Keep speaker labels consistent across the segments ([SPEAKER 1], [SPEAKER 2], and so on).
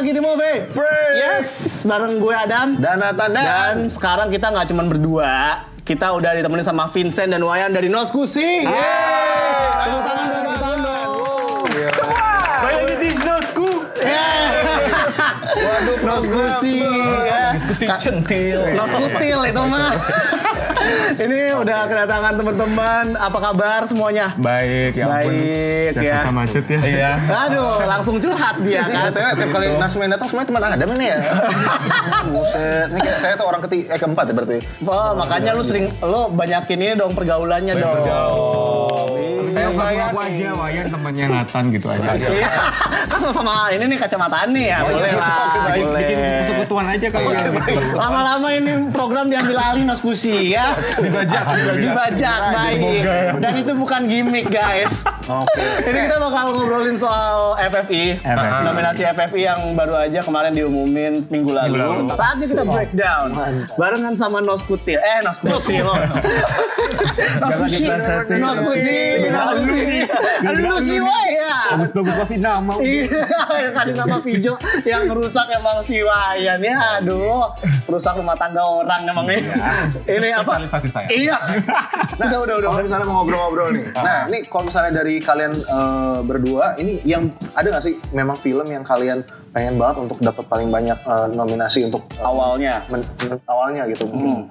[SPEAKER 1] lagi di Move
[SPEAKER 2] Free.
[SPEAKER 1] Yes, bareng gue Adam
[SPEAKER 2] Dan Nathan dan,
[SPEAKER 1] Dan sekarang kita nggak cuma berdua Kita udah ditemenin sama Vincent dan Wayan dari Noskusi Yeay Tepuk tangan dong, tepuk tangan dong
[SPEAKER 3] Saya jadi nosku.
[SPEAKER 1] Waduh, Noskusi ya.
[SPEAKER 3] Diskusi centil.
[SPEAKER 1] Noskutil itu mah Ini udah kedatangan teman-teman Apa kabar semuanya?
[SPEAKER 3] Baik, ya ampun.
[SPEAKER 1] Baik ya
[SPEAKER 4] Jakarta macet ya.
[SPEAKER 3] Iya.
[SPEAKER 1] Aduh, langsung curhat dia
[SPEAKER 2] Ini
[SPEAKER 1] kan
[SPEAKER 2] katanya tiap kali Nasmen datang semuanya teman Adam ini ya. Buset, ini kayak saya tuh orang ketiga, eh, keempat ya berarti.
[SPEAKER 1] Wah, Oh, makanya lu sering lu banyakin ini dong pergaulannya dong.
[SPEAKER 4] Kayak saya aku aja Wayan temannya Nathan gitu aja.
[SPEAKER 1] Iya. kan sama-sama ini nih kacamataan nih ya. boleh
[SPEAKER 2] iya,
[SPEAKER 1] lah.
[SPEAKER 2] oke, baik.
[SPEAKER 1] boleh.
[SPEAKER 4] Bikin persekutuan aja kalau nggak gitu.
[SPEAKER 1] Lama-lama ini program diambil alih Nosfusi ya.
[SPEAKER 3] Dibajak.
[SPEAKER 1] Dibajak baik. Dan itu bukan gimmick guys. Oke. Ini kita bakal ngobrolin soal FFI,
[SPEAKER 4] FFI.
[SPEAKER 1] nominasi FFI yang baru aja kemarin diumumin minggu lalu.
[SPEAKER 4] Minggu lalu.
[SPEAKER 1] Saatnya kita breakdown barengan sama Noskutil. Eh Noskutil. Noskusi.
[SPEAKER 4] diplesetin.
[SPEAKER 1] Noskusi. Noskusi. Lu sih woy, ya.
[SPEAKER 4] Bagus bagus pasti nama.
[SPEAKER 1] Iya, yang kasih nama video yang ngerusak emang si Wayan ya, aduh, rusak rumah tangga orang emang ini.
[SPEAKER 4] Iya.
[SPEAKER 1] ini apa?
[SPEAKER 3] Spesialisasi saya.
[SPEAKER 1] Iya. udah, udah, udah.
[SPEAKER 4] Oh.
[SPEAKER 2] Kalau misalnya mau ngobrol-ngobrol nih. Nah, ini kalau misalnya dari kalian eh, berdua, ini yang ada nggak sih memang film yang kalian pengen banget untuk dapat paling banyak eh, nominasi untuk eh,
[SPEAKER 1] Awalnya.
[SPEAKER 2] men- men- awalnya gitu.
[SPEAKER 1] Hmm.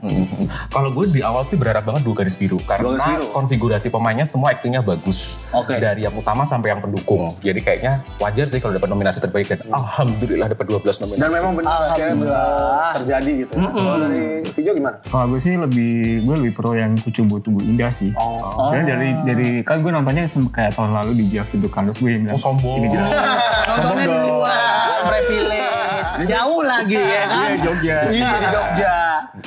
[SPEAKER 3] Kalau gue di awal sih berharap banget dua garis biru karena
[SPEAKER 2] Garis Biru.
[SPEAKER 3] konfigurasi pemainnya semua aktingnya bagus.
[SPEAKER 1] Oke.
[SPEAKER 3] Dari yang utama sampai yang pendukung. Jadi kayaknya wajar sih kalau dapat nominasi terbaik dan alhamdulillah dapat 12 nominasi.
[SPEAKER 2] Dan memang benar akhirnya
[SPEAKER 1] Alhamdulillah.
[SPEAKER 2] terjadi gitu. Kalau dari video gimana?
[SPEAKER 4] Kalau gue sih lebih gue lebih pro yang kucumbu tubuh indah sih.
[SPEAKER 2] Oh.
[SPEAKER 4] Karena dari dari kan gue nontonnya sem- kayak tahun lalu di Jav itu kan terus gue yang
[SPEAKER 3] Oh, sombong.
[SPEAKER 4] Ini jelas.
[SPEAKER 1] Nontonnya di luar, privilege. Jauh lagi ya kan?
[SPEAKER 4] Iya, Jogja.
[SPEAKER 1] Iya, di Jogja.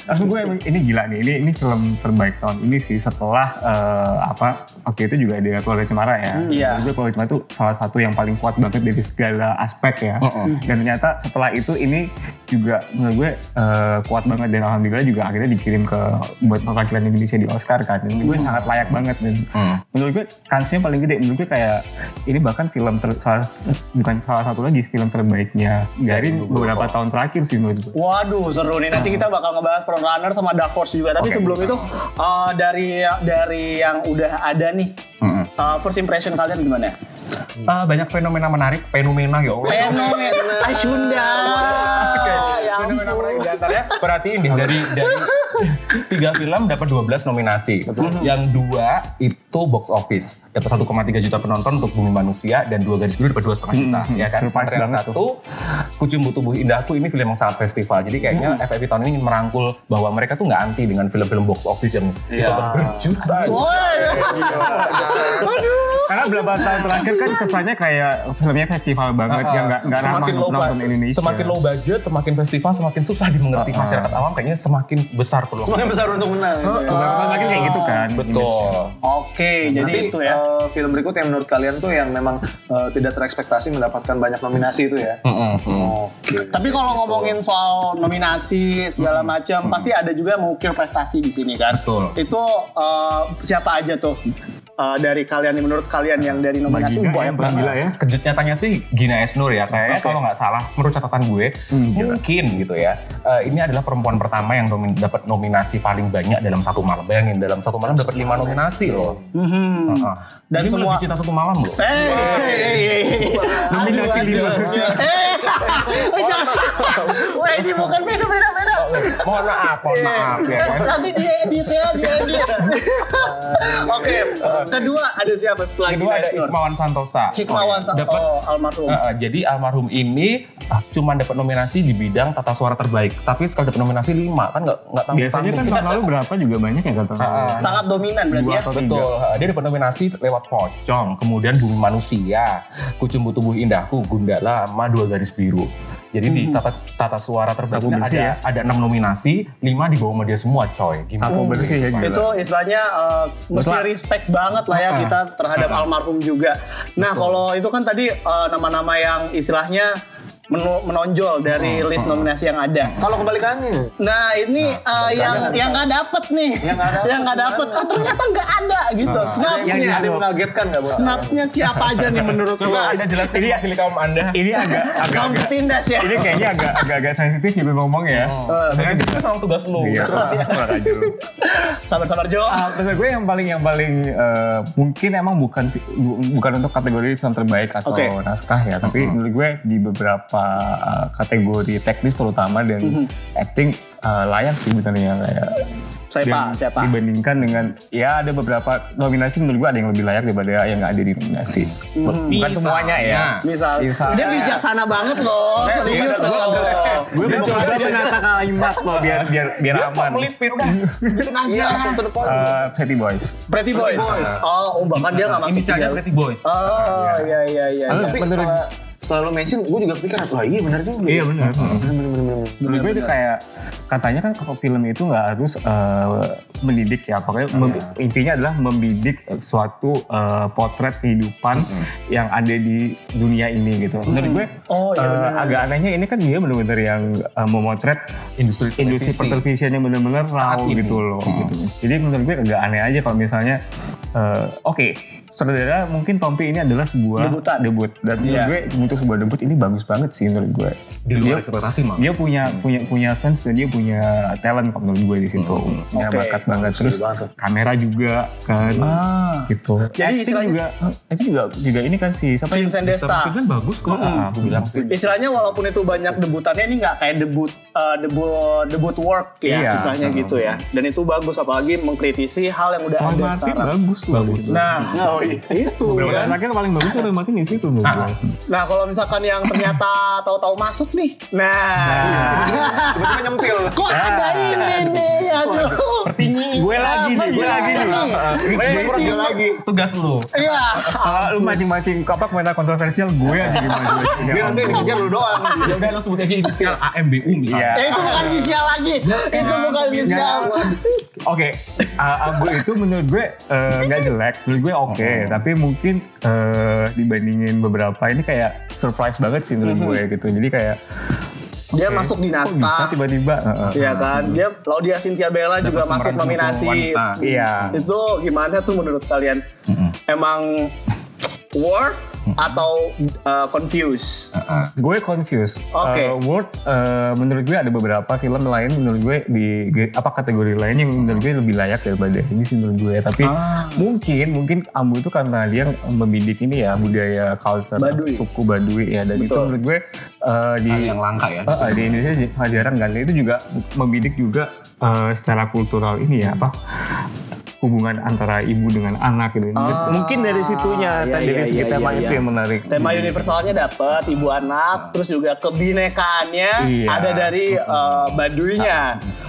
[SPEAKER 4] Langsung gue emang Nah, ini gila nih, ini ini film terbaik tahun ini sih setelah eh, apa waktu itu juga ada keluarga Cemara ya.
[SPEAKER 1] Iya.
[SPEAKER 4] Menurut Gue keluarga Cemara itu salah satu yang paling kuat banget dari segala aspek ya. Dan ternyata setelah itu ini juga menurut gue eh, kuat banget dan alhamdulillah juga akhirnya dikirim ke buat perwakilan Indonesia di Oscar kan. Dan
[SPEAKER 1] Hmm.
[SPEAKER 4] gue sangat layak banget dan menurut gue kansnya paling gede. Menurut gue kayak ini bahkan film ter, salah, bukan salah satu lagi film terbaiknya Garin beberapa tahun terakhir sih menurut gue.
[SPEAKER 1] Waduh seru nih nanti kita bakal ngebahas frontrunner sama dark horse juga tapi
[SPEAKER 4] Oke.
[SPEAKER 1] sebelum itu eh, dari dari yang udah ada nih eh, first impression kalian gimana?
[SPEAKER 3] Ah, banyak fenomena menarik, fenomena ya Allah.
[SPEAKER 1] Fenomen Ashunda. Ya ampun.
[SPEAKER 3] fenomena menarik di antaranya perhatiin deh dari dari tiga film dapat 12 nominasi. Yang dua itu box office dapat 1,3 juta penonton untuk Bumi Manusia dan dua garis biru dapat 2,5 juta
[SPEAKER 4] Hmm,
[SPEAKER 3] ya kan.
[SPEAKER 4] surprise
[SPEAKER 3] Sementara yang
[SPEAKER 4] banget
[SPEAKER 3] satu Kucumbu Tubuh Indahku ini film yang sangat festival. Jadi kayaknya
[SPEAKER 4] Hmm.
[SPEAKER 3] FFI tahun ini ingin merangkul bahwa mereka tuh nggak anti dengan film-film box office yang
[SPEAKER 4] Iya.
[SPEAKER 3] dapat berjuta.
[SPEAKER 1] Woi.
[SPEAKER 4] Karena beberapa tahun terakhir kan kesannya kayak filmnya festival banget yang nggak nggak ramah
[SPEAKER 3] Ah, semakin
[SPEAKER 4] untuk
[SPEAKER 3] low
[SPEAKER 4] penonton
[SPEAKER 3] budget,
[SPEAKER 4] Indonesia. Ah,
[SPEAKER 3] semakin low budget, semakin festival, semakin susah dimengerti masyarakat awam kayaknya semakin besar peluang.
[SPEAKER 2] Semuanya besar untuk menang.
[SPEAKER 1] Oh,
[SPEAKER 2] gitu ya.
[SPEAKER 4] Beberapa tahun terakhir kayak gitu kan.
[SPEAKER 3] Ah, Betul.
[SPEAKER 1] Oke, jadi
[SPEAKER 2] Nanti
[SPEAKER 1] itu ya.
[SPEAKER 2] eh, film berikut yang menurut kalian tuh yang memang eh, tidak terekspektasi mendapatkan banyak nominasi itu ya. Oke.
[SPEAKER 1] Tapi kalau ngomongin soal nominasi segala macam, pasti ada juga yang mengukir prestasi di sini kan.
[SPEAKER 3] Betul.
[SPEAKER 1] Itu eh, siapa aja tuh Eh, dari kalian yang menurut kalian yang dari
[SPEAKER 4] Bagi
[SPEAKER 1] nominasi
[SPEAKER 4] gila ya,
[SPEAKER 1] banyak
[SPEAKER 4] bagi gila
[SPEAKER 1] banget.
[SPEAKER 4] ya.
[SPEAKER 3] Kejut nyatanya sih Gina Esnur ya,
[SPEAKER 1] Oke.
[SPEAKER 3] kayaknya
[SPEAKER 1] Hmm,
[SPEAKER 3] kalau nggak salah, menurut catatan gue, mungkin gitu ya. eh, ini adalah perempuan pertama yang nomin- dapat nominasi paling banyak dalam satu malam. Bayangin dalam satu malam dapat lima nominasi loh. Heeh.
[SPEAKER 1] Hmm. Dan
[SPEAKER 3] ini
[SPEAKER 1] semua-
[SPEAKER 3] lebih cinta satu malam loh.
[SPEAKER 1] Hey, hey, hey, hey.
[SPEAKER 4] Nominasi
[SPEAKER 1] Aduh,
[SPEAKER 4] lima.
[SPEAKER 1] aduh. Eh, weh, jangan. Weh, ini bukan beda beda beda.
[SPEAKER 3] mohon maaf, mohon maaf ya.
[SPEAKER 1] Eh, Nanti dia edit ya, dia edit. Oke, kedua ada siapa setelah
[SPEAKER 3] Kedua
[SPEAKER 1] Gina
[SPEAKER 3] ada
[SPEAKER 1] Isnur?
[SPEAKER 3] Hikmawan Santosa.
[SPEAKER 1] Hikmawan
[SPEAKER 3] Oh,
[SPEAKER 1] sama
[SPEAKER 3] dapat
[SPEAKER 1] oh, almarhum.
[SPEAKER 3] Uh, uh, jadi almarhum ini ah, cuman dapat nominasi di bidang tata suara terbaik, tapi sekali dapat nominasi 5 kan nggak nggak tahu.
[SPEAKER 4] Biasanya kan tahun lalu berapa juga banyak ya kata
[SPEAKER 3] Ah,
[SPEAKER 1] Sangat dominan berarti
[SPEAKER 4] dua
[SPEAKER 1] ya.
[SPEAKER 4] atau tiga.
[SPEAKER 3] Betul, ha, dia dapat nominasi lewat Pocong, kemudian Bumi Manusia, Kucumbu Tubuh Indahku, Gundala, sama Dua Garis Biru. Jadi di tata, tata suara
[SPEAKER 4] Sapu
[SPEAKER 3] terbaiknya ada
[SPEAKER 4] bersih ya.
[SPEAKER 3] ada enam nominasi, lima di bawah media semua, coy. Gimana?
[SPEAKER 4] Sapu bersih ya gila.
[SPEAKER 1] Itu istilahnya uh, mesti
[SPEAKER 3] Betul.
[SPEAKER 1] respect banget lah ya
[SPEAKER 3] Ah.
[SPEAKER 1] kita terhadap almarhum juga. Nah, kalau itu kan tadi uh, nama-nama yang eh, istilahnya menu- menonjol dari list nominasi yang ada.
[SPEAKER 2] Kalau kebalikannya,
[SPEAKER 1] Nah ini eh, yang yang nggak dapet nih,
[SPEAKER 2] Yang nggak dapet
[SPEAKER 1] yang nggak dapet, oh, ternyata nggak ada gitu.
[SPEAKER 2] yang
[SPEAKER 1] Snapsnya,
[SPEAKER 2] ada yang mengagetkan nggak boleh?
[SPEAKER 1] snapsnya siapa aja nih menurut lo?
[SPEAKER 3] Coba Anda jelasin
[SPEAKER 4] Ini-
[SPEAKER 3] pilih kaum Anda. Eh,
[SPEAKER 4] Ini agak agak
[SPEAKER 1] Kaum ketindas ya.
[SPEAKER 4] ini kayaknya agak agak, agak sensitif juga ngomong ya.
[SPEAKER 3] Karena itu kan tugas lu.
[SPEAKER 4] Iya,
[SPEAKER 3] ya.
[SPEAKER 4] curhat aja lu.
[SPEAKER 1] Sabar-sabar Jo.
[SPEAKER 4] Ah, maksud gue yang paling yang paling eh, mungkin emang bukan bu- bukan untuk kategori film terbaik atau
[SPEAKER 1] Oke.
[SPEAKER 4] naskah ya, tapi menurut gue di beberapa eh, kategori teknis terutama dan acting eh, layak sih sebenarnya kayak
[SPEAKER 1] Siapa?
[SPEAKER 4] dan
[SPEAKER 1] Siapa?
[SPEAKER 4] dibandingkan dengan ya ada beberapa nominasi menurut gue ada yang lebih layak daripada yang nggak ada di nominasi. Bukan
[SPEAKER 3] Misalnya.
[SPEAKER 4] semuanya ya.
[SPEAKER 1] Misal.
[SPEAKER 4] Misalnya.
[SPEAKER 1] Dia bijaksana banget loh. Serius loh.
[SPEAKER 4] Gue mencoba menata kalimat loh biar biar biar
[SPEAKER 3] Dia sok
[SPEAKER 4] aman.
[SPEAKER 3] melipir udah. Sebutin aja.
[SPEAKER 2] Iya, langsung to the point.
[SPEAKER 4] Eh, Pretty Boys.
[SPEAKER 1] Pretty Boys. Oh, oh bahkan dia nggak masuk.
[SPEAKER 3] Inisialnya
[SPEAKER 1] juga.
[SPEAKER 3] Pretty Boys.
[SPEAKER 1] Oh, iya iya iya.
[SPEAKER 4] Halo?
[SPEAKER 2] Tapi
[SPEAKER 4] Menurut-
[SPEAKER 2] setelah selalu mention, gue juga pikir, wah iya benar juga.
[SPEAKER 4] Iya, benar.
[SPEAKER 2] Benar, benar, benar, benar.
[SPEAKER 4] Menurut gue itu kayak katanya kan kalau film itu nggak harus eh, mendidik ya, pokoknya mem- intinya adalah membidik suatu eh, potret kehidupan yang ada di dunia ini gitu. Menurut gue
[SPEAKER 1] Oh, iya,
[SPEAKER 4] eh,
[SPEAKER 1] benar.
[SPEAKER 4] agak anehnya ini kan dia benar-benar yang eh, memotret
[SPEAKER 3] Industri
[SPEAKER 4] industri
[SPEAKER 3] televisi.
[SPEAKER 4] pertelevisian yang benar-benar
[SPEAKER 3] Saat
[SPEAKER 4] raw
[SPEAKER 3] ini.
[SPEAKER 4] gitu loh. Gitu. Jadi menurut gue agak aneh aja kalau misalnya eh, oke. Saudara mungkin Tompi ini adalah sebuah
[SPEAKER 1] Debutan.
[SPEAKER 4] debut dan menurut
[SPEAKER 1] Iya.
[SPEAKER 4] gue untuk sebuah debut ini bagus banget sih menurut gue.
[SPEAKER 3] Di
[SPEAKER 4] Dia-
[SPEAKER 3] luar ekspektasi mah.
[SPEAKER 4] dia punya punya punya sense dan dia punya talent kalau menurut gue di situ punya
[SPEAKER 1] Oke.
[SPEAKER 4] bakat banget terus kamera juga kan gitu
[SPEAKER 1] Jadi
[SPEAKER 4] Acting
[SPEAKER 1] istilahnya-
[SPEAKER 4] juga itu juga juga ini kan si siapa yang-
[SPEAKER 1] Vincent Desta.
[SPEAKER 3] Tapi kan bagus kok.
[SPEAKER 4] Ah, aku bilang sih
[SPEAKER 1] Istilahnya walaupun itu banyak debutannya ini nggak kayak debut eh, debut debut work ya
[SPEAKER 4] Iya.
[SPEAKER 1] istilahnya gitu ya. Dan itu bagus apalagi mengkritisi hal yang udah
[SPEAKER 4] Roy
[SPEAKER 1] ada
[SPEAKER 4] Martin
[SPEAKER 1] sekarang.
[SPEAKER 4] bagus loh
[SPEAKER 3] Bagus.
[SPEAKER 4] gitu.
[SPEAKER 1] Nah,
[SPEAKER 2] Oh iya.
[SPEAKER 1] itu
[SPEAKER 4] Beberapa
[SPEAKER 1] kan.
[SPEAKER 4] terakhir yang paling bagus tuh Roy Martin di situ menurut gue.
[SPEAKER 1] Nah, kalau misalkan yang ternyata tahu-tahu masuk nih. Nah,
[SPEAKER 2] Tiba-tiba nyempil.
[SPEAKER 1] kok ada ini nih? Aduh.
[SPEAKER 4] gue lagi nih gue
[SPEAKER 1] Apa
[SPEAKER 4] lagi
[SPEAKER 1] dia
[SPEAKER 4] nih
[SPEAKER 1] nih?
[SPEAKER 3] Eh, kurang
[SPEAKER 1] Iya.
[SPEAKER 3] lagi. Tugas lu.
[SPEAKER 1] Iya.
[SPEAKER 4] kalau Ah, lu mancing-mancing kapak komentar kontroversial gue aja mancing
[SPEAKER 2] Dia nanti yang ngejar lu doang.
[SPEAKER 3] Ya udah lo sebut aja inisial AMBU misalnya.
[SPEAKER 1] Eh, itu bukan inisial lagi. Itu bukan inisial.
[SPEAKER 4] Oke, uh, Abu itu menurut gue uh, nggak jelek, menurut gue oke, tapi mungkin uh, dibandingin beberapa ini kayak surprise banget sih menurut gue gitu. Jadi kayak
[SPEAKER 1] Dia masuk di
[SPEAKER 4] kok bisa
[SPEAKER 1] naskah.
[SPEAKER 4] tiba-tiba. Uh,
[SPEAKER 1] Iya kan? Dia Laudia Cynthia Bella juga masuk
[SPEAKER 3] pemeran
[SPEAKER 1] nominasi.
[SPEAKER 3] untuk wanita.
[SPEAKER 4] Iya.
[SPEAKER 1] Itu gimana tuh menurut kalian? Emang worth atau uh, confused?
[SPEAKER 4] Ah, Gue confused.
[SPEAKER 1] Oke.
[SPEAKER 4] Uh, Word uh, menurut gue ada beberapa film lain menurut gue di ge- apa kategori lain yang menurut gue lebih layak daripada ini sih menurut gue. Tapi
[SPEAKER 1] Ah.
[SPEAKER 4] mungkin mungkin Ambu itu karena dia membidik ini ya budaya culture
[SPEAKER 1] Badui.
[SPEAKER 4] suku Badui ya dan itu
[SPEAKER 1] Betul.
[SPEAKER 4] menurut gue uh, di
[SPEAKER 3] Yang langka ya.
[SPEAKER 4] Heeh, di Indonesia j- hal jarang kan. Itu juga membidik juga eh, secara kultural ini ya apa hubungan antara ibu dengan anak gitu. Mungkin dari
[SPEAKER 1] Ah,
[SPEAKER 4] situnya
[SPEAKER 1] iya,
[SPEAKER 4] tadi dari
[SPEAKER 1] iya,
[SPEAKER 4] segi
[SPEAKER 1] iya,
[SPEAKER 4] tema
[SPEAKER 1] iya.
[SPEAKER 4] itu yang menarik.
[SPEAKER 1] Tema universalnya dapat ibu anak, terus juga kebinekaannya
[SPEAKER 4] Ah. Iya. Ah.
[SPEAKER 1] ada dari uh, baduinya.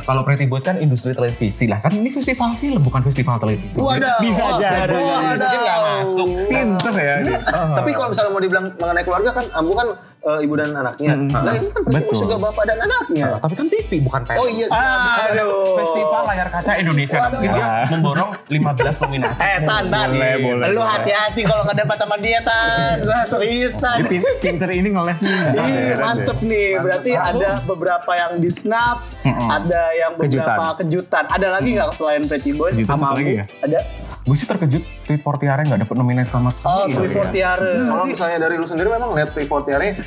[SPEAKER 3] Kalau Pretty Boys kan industri televisi lah. Kan ini festival film bukan festival televisi.
[SPEAKER 1] Waduh,
[SPEAKER 4] Bisa
[SPEAKER 1] wah, waduh.
[SPEAKER 4] jadi.
[SPEAKER 3] iya. Mungkin nggak masuk.
[SPEAKER 4] Pinter ya
[SPEAKER 1] Iya.
[SPEAKER 4] dia. Heeh.
[SPEAKER 2] Tapi kalau misalnya mau dibilang mengenai keluarga kan, Ambu kan eh, ibu dan anaknya. Nah ini kan berarti
[SPEAKER 4] Betul.
[SPEAKER 2] juga bapak dan anaknya.
[SPEAKER 3] Nah, Tapi kan TV bukan TV.
[SPEAKER 2] Oh iya sih.
[SPEAKER 1] Ah, Aduh.
[SPEAKER 3] Festival layar kaca Indonesia namanya. Dia memborong 15 nominasi.
[SPEAKER 1] Eh Tan, Tan.
[SPEAKER 4] Boleh, boleh,
[SPEAKER 1] Lu
[SPEAKER 4] boleh. Iya.
[SPEAKER 1] hati-hati kalau nggak dapat sama dia Tan. Wah, serius Tan.
[SPEAKER 4] Dia pin- pinter ini ngeles nih. nggak
[SPEAKER 1] Ih,
[SPEAKER 4] heran ya.
[SPEAKER 1] mantep nih. Berarti ada beberapa yang di snaps, ada yang beberapa kejutan. Ada lagi nggak selain Pretty Boys
[SPEAKER 4] Kejutan
[SPEAKER 1] sama
[SPEAKER 4] satu lagi
[SPEAKER 1] Amu?
[SPEAKER 4] ya?
[SPEAKER 1] Ada.
[SPEAKER 3] Gue sih terkejut tweet Fortiare nggak dapet nominasi sama
[SPEAKER 1] Oh,
[SPEAKER 3] sekali.
[SPEAKER 1] Three Fortiare. Oh,
[SPEAKER 2] Kalau misalnya dari lu sendiri memang lihat report hari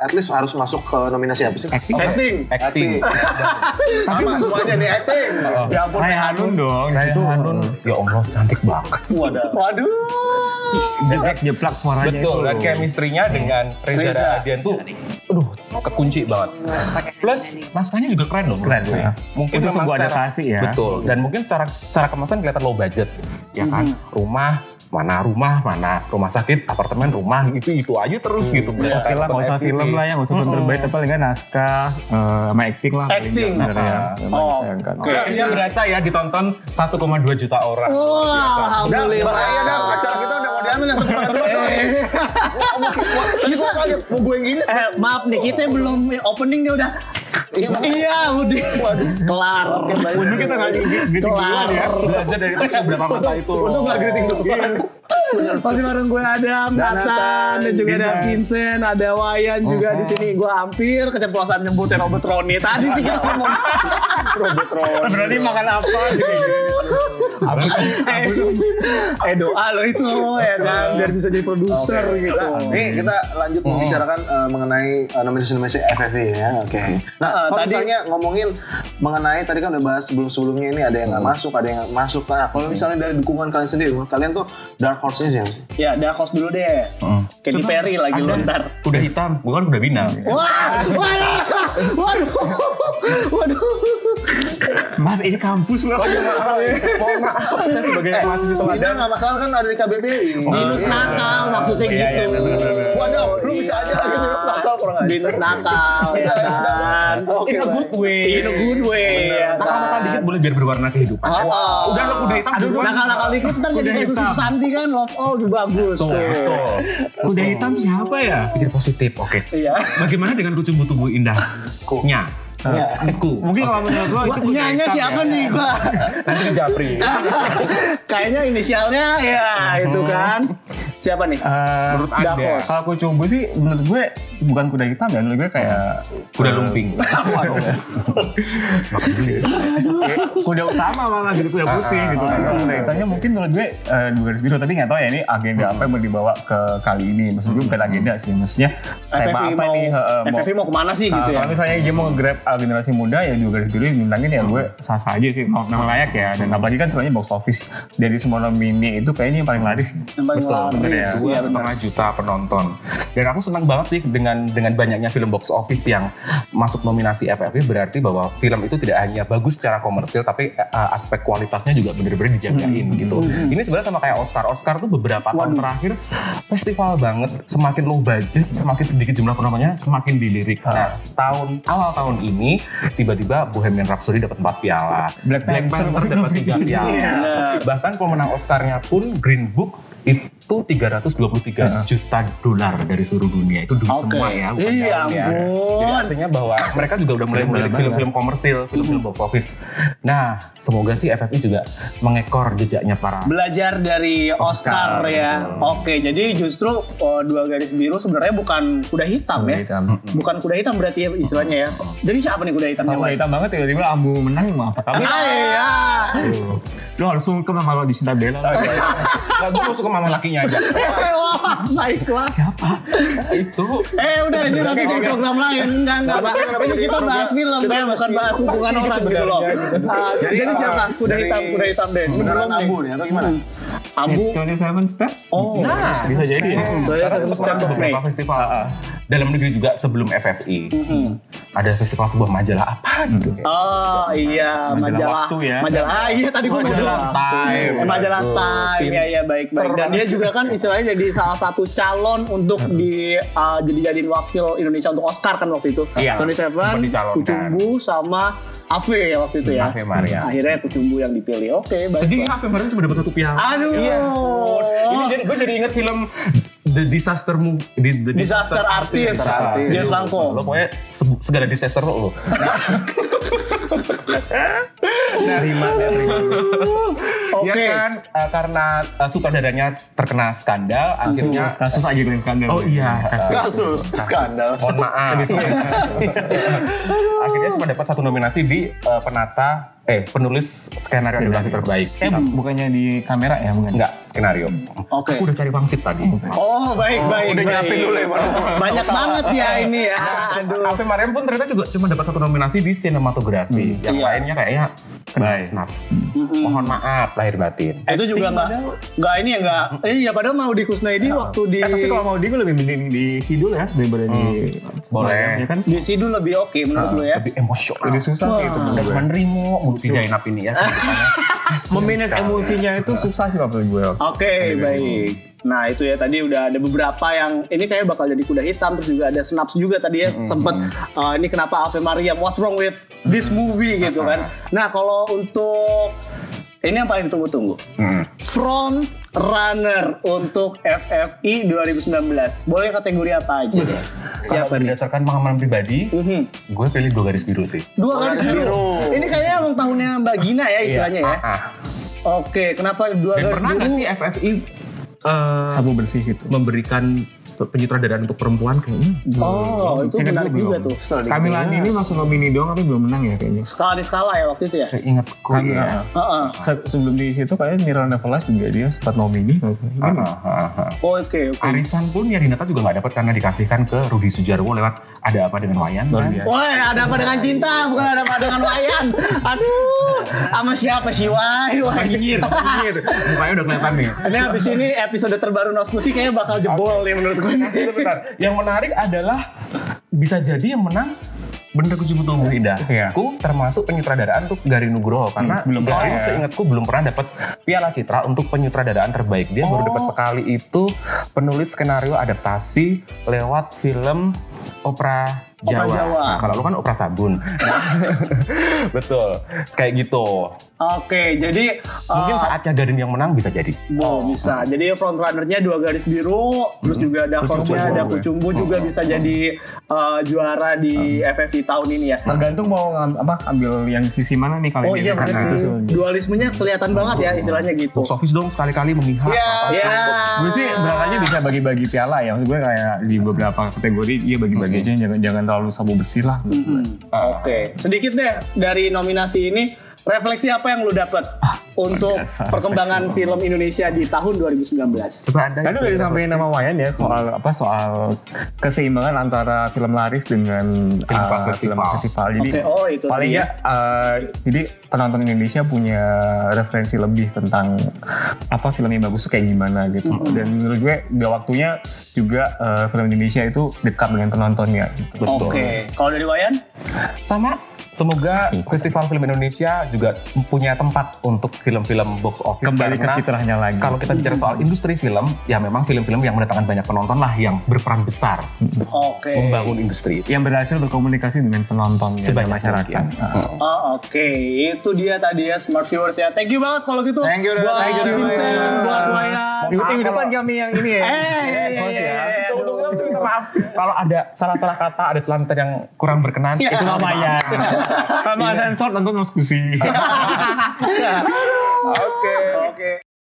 [SPEAKER 2] at least harus masuk ke nominasi apa sih?
[SPEAKER 4] Acting.
[SPEAKER 1] Acting.
[SPEAKER 3] Acting.
[SPEAKER 1] Sama semuanya nih acting. Ya ampun,
[SPEAKER 4] Kayak
[SPEAKER 1] Rehan.
[SPEAKER 4] Hanun dong
[SPEAKER 1] Iya.
[SPEAKER 4] di
[SPEAKER 3] Kayak
[SPEAKER 4] situ.
[SPEAKER 3] Hanun. Ya Allah cantik banget.
[SPEAKER 1] Waduh.
[SPEAKER 4] Jeplak jeplak suaranya
[SPEAKER 3] Betul,
[SPEAKER 4] itu.
[SPEAKER 3] dan chemistry-nya dengan Reza,
[SPEAKER 1] Reza.
[SPEAKER 3] Radian tuh aduh, kekunci banget. Plus naskahnya juga keren loh.
[SPEAKER 4] Keren,
[SPEAKER 3] menurut gue.
[SPEAKER 4] ya.
[SPEAKER 3] Mungkin
[SPEAKER 4] Itu
[SPEAKER 3] memang
[SPEAKER 4] sebuah
[SPEAKER 3] secara-
[SPEAKER 4] adaptasi ya.
[SPEAKER 3] Betul. Dan mungkin secara secara kemasan kelihatan low budget. Ya kan? Rumah mana rumah mana rumah sakit apartemen rumah gitu itu aja terus gitu
[SPEAKER 4] Oke lah, nggak usah film lah ya, nggak usah film terbaik, tapi paling nggak naskah, eh, sama acting lah. paling
[SPEAKER 1] Acting.
[SPEAKER 4] nggak bener ya. Emang
[SPEAKER 1] Oh,
[SPEAKER 4] disayangkan.
[SPEAKER 1] oke.
[SPEAKER 3] Ini berasa ya ditonton 1,2 juta orang.
[SPEAKER 1] Wah,
[SPEAKER 2] Udah, bahaya dah.
[SPEAKER 1] alhamdulillah.
[SPEAKER 2] Acara kita udah mau diambil yang kedua.
[SPEAKER 1] Eh,
[SPEAKER 2] Tadi gua kaget, mau gue yang gini.
[SPEAKER 1] eh, maaf nih, kita belum openingnya udah. Iya, udah. Kelar.
[SPEAKER 4] Untung kita nggak gitu
[SPEAKER 1] Kelar.
[SPEAKER 4] ya.
[SPEAKER 3] Belajar dari teks beberapa mata itu.
[SPEAKER 2] Untung gak greeting dulu.
[SPEAKER 1] Masih bareng gue ada Nathan, dan juga ada Vincent, Oh. ada Wayan juga di sini. Gue hampir keceplosan nyebutin Robert Roni tadi sih kita ngomong. Robert Roni.
[SPEAKER 4] Berani makan apa?
[SPEAKER 1] Eh, eh doa lo itu ya kan biar bisa jadi produser gitu.
[SPEAKER 2] Nih kita lanjut membicarakan eh, mengenai eh, nominasi-nominasi FFV ya. Oke. Nah,
[SPEAKER 1] Eh,
[SPEAKER 2] kalau
[SPEAKER 1] tadi-
[SPEAKER 2] misalnya ngomongin mengenai tadi kan udah bahas sebelum-sebelumnya ini ada yang nggak masuk, ada yang nggak masuk. Nah, kalau misalnya dari dukungan kalian sendiri, menurut kalian tuh dark horse-nya siapa sih?
[SPEAKER 1] Ya, Dakos dulu deh. Katy Perry lagi lo ntar.
[SPEAKER 3] Udah hitam, bukan udah binal.
[SPEAKER 1] Wah, waduh, waduh, waduh.
[SPEAKER 4] Mas ini kampus loh.
[SPEAKER 3] Mohon maaf, saya sebagai
[SPEAKER 1] Eh,
[SPEAKER 3] mahasiswa
[SPEAKER 2] Tidak nggak masalah kan ada di KBBI.
[SPEAKER 1] Binus nakal maksudnya
[SPEAKER 4] Iya, iya,
[SPEAKER 1] gitu.
[SPEAKER 4] bener-bener.
[SPEAKER 1] Waduh,
[SPEAKER 2] Lu bisa aja lagi minus nakal kurang aja.
[SPEAKER 1] Binus Iya. nakal, ya kan?
[SPEAKER 2] Oke,
[SPEAKER 3] In a good way.
[SPEAKER 4] Iya.
[SPEAKER 1] In a good way, ya
[SPEAKER 3] Nakal nakal Iya. dikit
[SPEAKER 1] kan?
[SPEAKER 3] boleh biar berwarna kehidupan.
[SPEAKER 1] Ah, ah.
[SPEAKER 3] Udah lo udah hitam. Aduh,
[SPEAKER 1] Nakal-nakal dikit ntar jadi kayak Susu Santi kan, love all juga bagus.
[SPEAKER 3] Tuh,
[SPEAKER 1] tuh.
[SPEAKER 3] tuh.
[SPEAKER 4] Kuda hitam siapa ya?
[SPEAKER 3] Pikir positif, oke.
[SPEAKER 1] Iya.
[SPEAKER 3] Bagaimana dengan kucumbu tubuh indahnya? Ku.
[SPEAKER 4] Mungkin kalau menurut lo itu
[SPEAKER 1] Wah,
[SPEAKER 4] kuda
[SPEAKER 1] Nyanya
[SPEAKER 4] hitam
[SPEAKER 1] siapa
[SPEAKER 4] ya.
[SPEAKER 1] nih gua?
[SPEAKER 3] Nanti ke Japri.
[SPEAKER 1] Kayaknya inisialnya ya itu kan. Siapa nih?
[SPEAKER 4] Eh,
[SPEAKER 3] Menurut Anda,
[SPEAKER 1] Davos.
[SPEAKER 4] kalau aku coba sih menurut gue bukan kuda hitam ya menurut gue kayak eh,
[SPEAKER 3] kuda lumping.
[SPEAKER 4] kuda utama malah gitu kuda putih
[SPEAKER 1] Ah,
[SPEAKER 4] gitu kan
[SPEAKER 1] iya,
[SPEAKER 4] Kalau kuda hitamnya mungkin menurut gue eh, dua garis biru tapi nggak tahu ya ini agenda apa yang mau dibawa ke kali ini maksud gue bukan agenda sih maksudnya tema
[SPEAKER 1] FFV
[SPEAKER 4] apa
[SPEAKER 1] mau,
[SPEAKER 4] nih eh, mau-
[SPEAKER 1] FFV mau kemana sih
[SPEAKER 4] Nah,
[SPEAKER 1] gitu ya?
[SPEAKER 4] Kalau misalnya dia mau grab generasi muda ya juga garis biru dimenangin ya gue sah sah aja sih mau memang layak ya dan apalagi kan sebenarnya box office dari semua nomini itu kayaknya yang paling laris.
[SPEAKER 1] Yang paling
[SPEAKER 4] ya.
[SPEAKER 1] laris.
[SPEAKER 3] ya. dua
[SPEAKER 1] Iya, benar.
[SPEAKER 3] setengah juta penonton dan aku senang banget sih dengan dengan banyaknya film box office yang masuk nominasi FFV berarti bahwa film itu tidak hanya bagus secara komersil tapi eh, aspek kualitasnya juga bener-bener dijagain
[SPEAKER 4] Hmm.
[SPEAKER 3] gitu ini sebenarnya sama kayak Oscar Oscar tuh beberapa tahun terakhir festival banget semakin low budget semakin sedikit jumlah penontonnya semakin dilirik nah tahun awal tahun ini tiba-tiba Bohemian Rhapsody dapat 4 piala
[SPEAKER 4] Black Panther
[SPEAKER 3] dapat 3 piala
[SPEAKER 1] Iya.
[SPEAKER 3] bahkan pemenang Oscarnya pun Green Book itu 323 juta dolar dari seluruh dunia itu duit
[SPEAKER 1] Oke.
[SPEAKER 3] semua ya bukan
[SPEAKER 1] Iya
[SPEAKER 3] daun ya.
[SPEAKER 1] ampun.
[SPEAKER 3] jadi artinya bahwa mereka juga udah mulai melirik film-film komersil film-film box office nah semoga sih FFI juga mengekor jejaknya para
[SPEAKER 1] Belajar dari Oscar,
[SPEAKER 3] Oscar,
[SPEAKER 1] ya. Oke, jadi justru oh, dua garis biru sebenarnya bukan kuda hitam ya.
[SPEAKER 4] hitam.
[SPEAKER 1] Bukan kuda hitam berarti ya istilahnya ya. Jadi siapa nih kuda hitamnya?
[SPEAKER 4] Kalau kuda hitam banget ya, tiba-tiba ambu menang mau apa kabar?
[SPEAKER 1] Ah, iya.
[SPEAKER 4] Lo harus sungkem sama lo di Cinta Bella.
[SPEAKER 3] Gak gue masuk ke mama lakinya aja
[SPEAKER 2] Iya.
[SPEAKER 1] Eh, wah, baiklah.
[SPEAKER 3] itu
[SPEAKER 1] Eh udah ini nanti jadi program lain enggak enggak pak. Ini kita bahas film ya bukan bahas hubungan orang gitu loh. Ah, Jadi siapa? Kuda hitam, kuda hitam deh.
[SPEAKER 2] Beneran
[SPEAKER 1] Belum nih.
[SPEAKER 2] abu nih atau gimana?
[SPEAKER 1] Abu.
[SPEAKER 4] 27 Steps.
[SPEAKER 1] Oh.
[SPEAKER 3] nah
[SPEAKER 4] Bisa jadi
[SPEAKER 1] Saya
[SPEAKER 4] ya.
[SPEAKER 3] Karena
[SPEAKER 1] sempat
[SPEAKER 3] sempat
[SPEAKER 1] stand
[SPEAKER 3] pernah
[SPEAKER 1] up
[SPEAKER 3] beberapa festival dalam negeri juga sebelum FFI ada festival sebuah majalah apa gitu
[SPEAKER 1] Oh iya majalah
[SPEAKER 4] waktu ya.
[SPEAKER 1] majalah ah iya tadi gua
[SPEAKER 3] Majalah
[SPEAKER 1] majalah
[SPEAKER 3] Time.
[SPEAKER 1] Eh, majalah Time ya ya baik baik dan dia juga kan istilahnya jadi salah satu calon untuk
[SPEAKER 3] Iya.
[SPEAKER 1] di ah, jadi jadiin wakil Indonesia untuk Oscar kan waktu itu
[SPEAKER 3] Iya,
[SPEAKER 1] Tony Seven
[SPEAKER 3] sempat dicalonkan.
[SPEAKER 1] Kucumbu sama Ave ya waktu itu ya
[SPEAKER 3] Ave Maria.
[SPEAKER 1] akhirnya Kucumbu yang dipilih oke baik
[SPEAKER 3] Sedih HP kemarin cuma dapat satu piala.
[SPEAKER 1] Aduh.
[SPEAKER 3] Ini
[SPEAKER 1] Oh.
[SPEAKER 3] jadi gue jadi ingat film The Disaster Movie, The,
[SPEAKER 1] Disaster Artist. Jess Langkung.
[SPEAKER 3] Lo pokoknya se- segala disaster lo. lo.
[SPEAKER 4] Terima terima.
[SPEAKER 1] Oke.
[SPEAKER 3] Ya kan eh, karena eh, sutradaranya terkena skandal akhirnya
[SPEAKER 4] Ya, Kasus aja kalian skandal.
[SPEAKER 3] Oh iya,
[SPEAKER 4] Kasus.
[SPEAKER 2] Kasus, skandal.
[SPEAKER 3] Mohon maaf. akhirnya cuma dapat satu nominasi di eh, penata eh penulis skenario animasi terbaik.
[SPEAKER 4] Eh, bukannya di kamera ya bukan?
[SPEAKER 3] Enggak, skenario.
[SPEAKER 1] Oke.
[SPEAKER 3] Aku udah cari pangsit tadi.
[SPEAKER 1] Oh baik baik.
[SPEAKER 2] udah
[SPEAKER 1] baik.
[SPEAKER 2] nyiapin dulu ya, Bang.
[SPEAKER 1] Banyak banget ya ini ya. Aduh.
[SPEAKER 3] Tapi Mariam pun ternyata juga cuma dapat satu nominasi di sinematografi. Yang
[SPEAKER 1] Iya.
[SPEAKER 3] lainnya kayaknya kena
[SPEAKER 4] Baik.
[SPEAKER 3] snaps. Mohon maaf lahir batin.
[SPEAKER 1] Itu juga nggak nggak ini ya nggak. Eh iya padahal mau di Kusnaidi waktu di
[SPEAKER 4] Eh, tapi kalau mau di gue lebih mending di Sidul ya daripada di Ya
[SPEAKER 3] Boleh.
[SPEAKER 4] kan?
[SPEAKER 1] di situ lebih oke menurut gue ya.
[SPEAKER 3] Lebih emosional.
[SPEAKER 4] Lebih susah sih itu
[SPEAKER 3] Nggak cuma nerimo mulut si Zainab ini ya.
[SPEAKER 4] memanage emosinya itu susah sih kalau gue.
[SPEAKER 1] Oke baik. Nah itu ya tadi udah ada beberapa yang ini kayaknya bakal jadi kuda hitam terus juga ada snaps juga tadi ya sempet uh, ini kenapa Ave Maria what's wrong with this movie gitu kan. Nah kalau untuk ini yang paling tunggu-tunggu front runner untuk FFI 2019 boleh kategori apa aja deh?
[SPEAKER 3] Siapa
[SPEAKER 1] Siapa nih?
[SPEAKER 3] Berdasarkan pengalaman pribadi,
[SPEAKER 1] Mhm.
[SPEAKER 3] gue pilih dua garis biru sih.
[SPEAKER 1] Dua garis biru. Ini kayaknya emang
[SPEAKER 4] Iya.
[SPEAKER 1] tahunnya Mbak Gina ya istilahnya ya.
[SPEAKER 3] Ah, ah.
[SPEAKER 1] Oke, kenapa dua
[SPEAKER 3] Dan
[SPEAKER 1] garis
[SPEAKER 3] pernah nggak
[SPEAKER 1] biru?
[SPEAKER 3] sih FFI eh,
[SPEAKER 4] sabu bersih gitu.
[SPEAKER 3] memberikan penyutradaraan untuk perempuan kayaknya.
[SPEAKER 1] Oh, itu
[SPEAKER 4] Seingat
[SPEAKER 1] menarik
[SPEAKER 4] gue
[SPEAKER 1] juga
[SPEAKER 4] belum.
[SPEAKER 1] tuh.
[SPEAKER 4] Kamilani ini masuk nomini doang tapi belum menang ya kayaknya.
[SPEAKER 1] Skala di skala ya waktu itu ya.
[SPEAKER 3] Saya ingat kok.
[SPEAKER 4] Iya.
[SPEAKER 3] ya.
[SPEAKER 1] Heeh.
[SPEAKER 4] Se- sebelum di situ kayaknya Miranda Velas juga dia sempat nomini. nggak salah. Ini
[SPEAKER 3] Ah, ah, ah.
[SPEAKER 1] Oke,
[SPEAKER 4] Iya.
[SPEAKER 1] oke.
[SPEAKER 3] Arisan pun ya Dinata juga nggak dapat karena dikasihkan ke Rudi Sujarwo lewat ada apa dengan wayan.
[SPEAKER 4] luar
[SPEAKER 3] kan?
[SPEAKER 4] biasa.
[SPEAKER 1] Woi, ada apa dengan cinta? Bukan ada apa dengan wayan. Aduh, sama siapa sih? Wai, wai.
[SPEAKER 3] Penyihir, penyihir. Mukanya udah kelihatan nih.
[SPEAKER 1] Ini habis ini episode terbaru Noskusi kayaknya bakal jebol nih menurut gue. nih.
[SPEAKER 3] Nah, Sebentar. Yang menarik adalah bisa jadi yang menang Benda Kujubutumu Indah.
[SPEAKER 4] Iya.
[SPEAKER 3] Ku termasuk penyutradaraan untuk Gari Nugroho karena
[SPEAKER 4] belum pernah
[SPEAKER 3] Gari
[SPEAKER 4] ya.
[SPEAKER 3] seingatku belum pernah dapat Piala Citra untuk penyutradaraan terbaik. Dia baru dapat sekali itu penulis skenario adaptasi lewat film opera Jawa.
[SPEAKER 1] Jawa.
[SPEAKER 3] Nah, kalau lu kan opera sabun. Betul. Kayak gitu.
[SPEAKER 1] Oke, jadi
[SPEAKER 3] Mungkin
[SPEAKER 1] eh,
[SPEAKER 3] saatnya Garin yang menang bisa jadi.
[SPEAKER 1] Wow, bisa. Jadi front runnernya dua garis biru, terus
[SPEAKER 4] Mm-hmm.
[SPEAKER 1] juga ada Force-nya, ada
[SPEAKER 4] Oh,
[SPEAKER 1] Kucumbu juga bisa jadi uh, juara di
[SPEAKER 4] Ah.
[SPEAKER 1] FFI tahun ini ya.
[SPEAKER 4] Tergantung mau ngam- apa ambil yang sisi mana nih kali
[SPEAKER 1] Oh
[SPEAKER 4] Kan ini.
[SPEAKER 1] iya bener
[SPEAKER 4] Karena
[SPEAKER 1] sih.
[SPEAKER 4] itu sebenarnya.
[SPEAKER 1] Dualismenya kelihatan banget ya istilahnya gitu.
[SPEAKER 3] Box office dong sekali-kali memihak.
[SPEAKER 1] Ya, ya.
[SPEAKER 4] Iya. Gue sih berangkatnya bisa bagi-bagi piala ya. Maksud gue kayak di beberapa kategori dia bagi-bagi aja jangan jangan terlalu sabu bersih lah.
[SPEAKER 1] Oke, sedikit deh dari nominasi ini refleksi apa yang lu dapet untuk
[SPEAKER 4] Ah, biasa,
[SPEAKER 1] perkembangan film Indonesia di tahun 2019?
[SPEAKER 3] Coba anda.
[SPEAKER 4] Tadi udah disampaikan nama Wayan ya soal apa soal keseimbangan antara film laris dengan
[SPEAKER 3] Film
[SPEAKER 4] uh,
[SPEAKER 3] festival.
[SPEAKER 4] film festival. Jadi
[SPEAKER 1] Oke, oh, itu
[SPEAKER 4] paling
[SPEAKER 1] tadi ya.
[SPEAKER 4] nggak, uh, jadi penonton Indonesia punya referensi lebih tentang apa film yang bagus tuh kayak gimana gitu. Dan menurut gue udah waktunya juga uh, film Indonesia itu dekat dengan penontonnya. Gitu.
[SPEAKER 1] Oke, kalau dari Wayan?
[SPEAKER 3] Sama. Semoga
[SPEAKER 4] Hmm.
[SPEAKER 3] Festival Film Indonesia juga punya tempat untuk film-film box office.
[SPEAKER 4] Kembali ke
[SPEAKER 3] karena
[SPEAKER 4] fitrahnya lagi.
[SPEAKER 3] Kalau kita bicara soal industri film, ya memang film-film yang mendatangkan banyak penonton lah yang berperan besar
[SPEAKER 4] Hmm.
[SPEAKER 1] Oke.
[SPEAKER 3] membangun industri itu.
[SPEAKER 4] yang berhasil berkomunikasi dengan penonton ya,
[SPEAKER 3] Sebanyak
[SPEAKER 4] dan masyarakat.
[SPEAKER 3] mungkin.
[SPEAKER 4] Nah,
[SPEAKER 1] Oh, Oke, itu dia tadi ya smart viewers ya. Thank you banget kalau gitu.
[SPEAKER 2] Thank you, Dodo.
[SPEAKER 1] buat
[SPEAKER 2] Thank you, Dodo.
[SPEAKER 1] Vincent, buat Wayan.
[SPEAKER 4] Minggu, minggu Nah, depan kami yang ini ya.
[SPEAKER 1] Eh, iya, iya,
[SPEAKER 3] Bos,
[SPEAKER 1] iya,
[SPEAKER 3] ya.
[SPEAKER 1] iya,
[SPEAKER 3] Tunggu, tunggu,
[SPEAKER 1] aduh.
[SPEAKER 3] tunggu, minta Maaf kalau ada salah-salah kata, ada celamitan yang kurang berkenan,
[SPEAKER 4] Iya.
[SPEAKER 3] itu namanya. Iya.
[SPEAKER 4] Kalau nggak sensor tentu diskusi.
[SPEAKER 2] Oke, oke.